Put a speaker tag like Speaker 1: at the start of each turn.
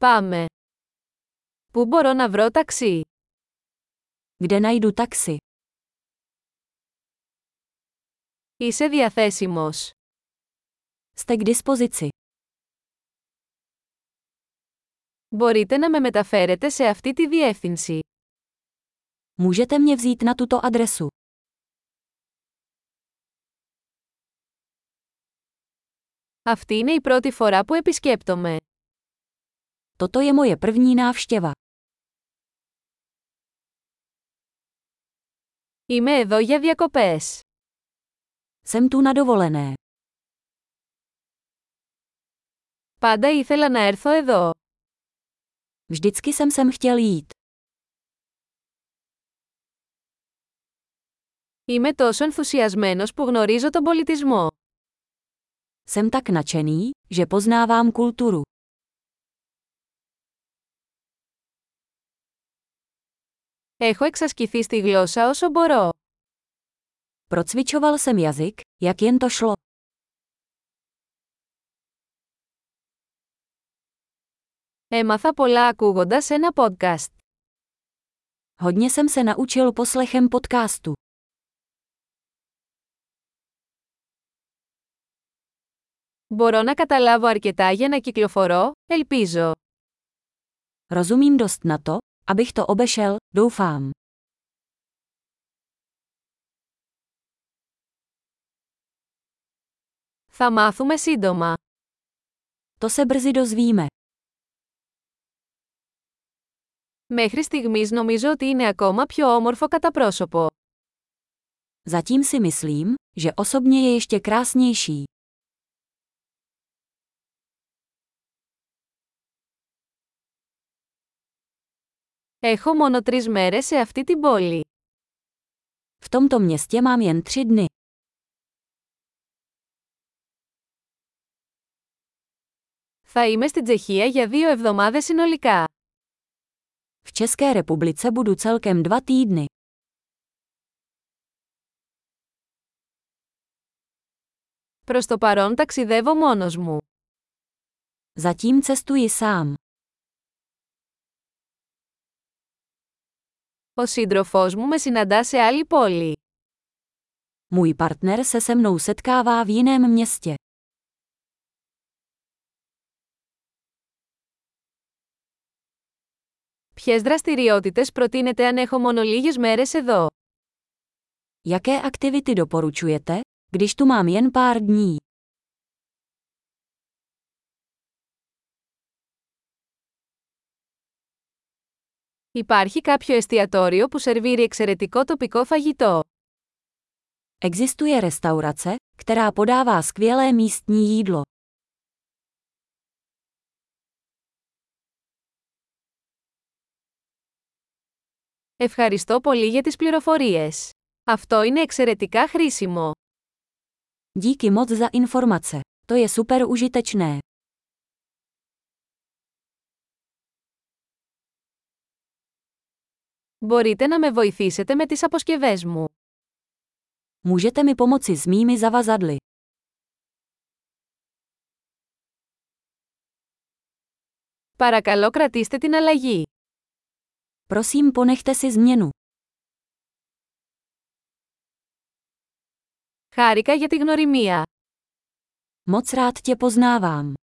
Speaker 1: Πάμε. Πού μπορώ να βρω ταξί?
Speaker 2: Kde najdu taxi?
Speaker 1: Είσαι διαθέσιμος.
Speaker 2: Jste k dispozici.
Speaker 1: Μπορείτε να με μεταφέρετε σε αυτή τη διεύθυνση.
Speaker 2: Můžete mě vzít na tuto adresu.
Speaker 1: Αυτή είναι η πρώτη φορά που επισκέπτομαι.
Speaker 2: Toto je moje první návštěva.
Speaker 1: Είμαι εδώ για διακοπές.
Speaker 2: Jsem tu na dovolené.
Speaker 1: Πάντα ήθελα να έρθω εδώ.
Speaker 2: Vždycky jsem sem chtěl jít.
Speaker 1: Είμαι τόσο ενθουσιασμένος που γνωρίζω τον πολιτισμό.
Speaker 2: Jsem tak nadšený, že poznávám kulturu.
Speaker 1: Έχω εξασκηθεί στη γλώσσα όσο μπορώ.
Speaker 2: Procvičoval jsem jazyk, jak jen to šlo.
Speaker 1: Έμαθα πολλά ακούγοντας ένα podcast.
Speaker 2: Hodně jsem se naučil poslechem podcastu.
Speaker 1: Μπορώ να καταλάβω αρκετά για να κυκλοφορώ, ελπίζω.
Speaker 2: Rozumím dost na to, abych to obešel, doufám.
Speaker 1: Θα μάθουμε σύντομα.
Speaker 2: To se brzy dozvíme.
Speaker 1: Μέχρι στιγμής νομίζω ότι είναι ακόμα πιο όμορφο κατά πρόσωπο.
Speaker 2: Zatím si myslím, že osobně je ještě krásnější.
Speaker 1: Έχω μόνο τρει μέρες σε αυτή την πόλη.
Speaker 2: V tomto městě mám jen tři dny.
Speaker 1: Θα είμαι στην Τσεχία για δύο εβδομάδες συνολικά.
Speaker 2: V České republice budu celkem dva týdny.
Speaker 1: Προς το παρόν ταξιδεύω μόνος μου.
Speaker 2: Zatím cestuji sám.
Speaker 1: Ο σύντροφός μου με συναντά σε άλλη πόλη.
Speaker 2: Můj partner se se mnou setkává v jiném městě.
Speaker 1: Ποιες δραστηριότητες προτείνετε αν έχω μόνο λίγες μέρες εδώ.
Speaker 2: Jaké aktivity doporučujete, když tu mám jen pár dní?
Speaker 1: Υπάρχει κάποιο εστιατόριο που σερβίρει εξαιρετικό τοπικό φαγητό.
Speaker 2: Existuje restaurace, která podává skvělé místní jídlo.
Speaker 1: Ευχαριστώ πολύ για τις πληροφορίες. Αυτό είναι εξαιρετικά χρήσιμο.
Speaker 2: Díky moc za informace. To je super užitečné.
Speaker 1: Μπορείτε να με βοηθήσετε με τις αποσκευές μου.
Speaker 2: Můžete mi pomoci s mými zavazadly.
Speaker 1: Παρακαλώ κρατήστε την αλλαγή.
Speaker 2: Prosím, ponechte si změnu.
Speaker 1: Χάρηκα για τη γνωριμία.
Speaker 2: Moc rád tě poznávám.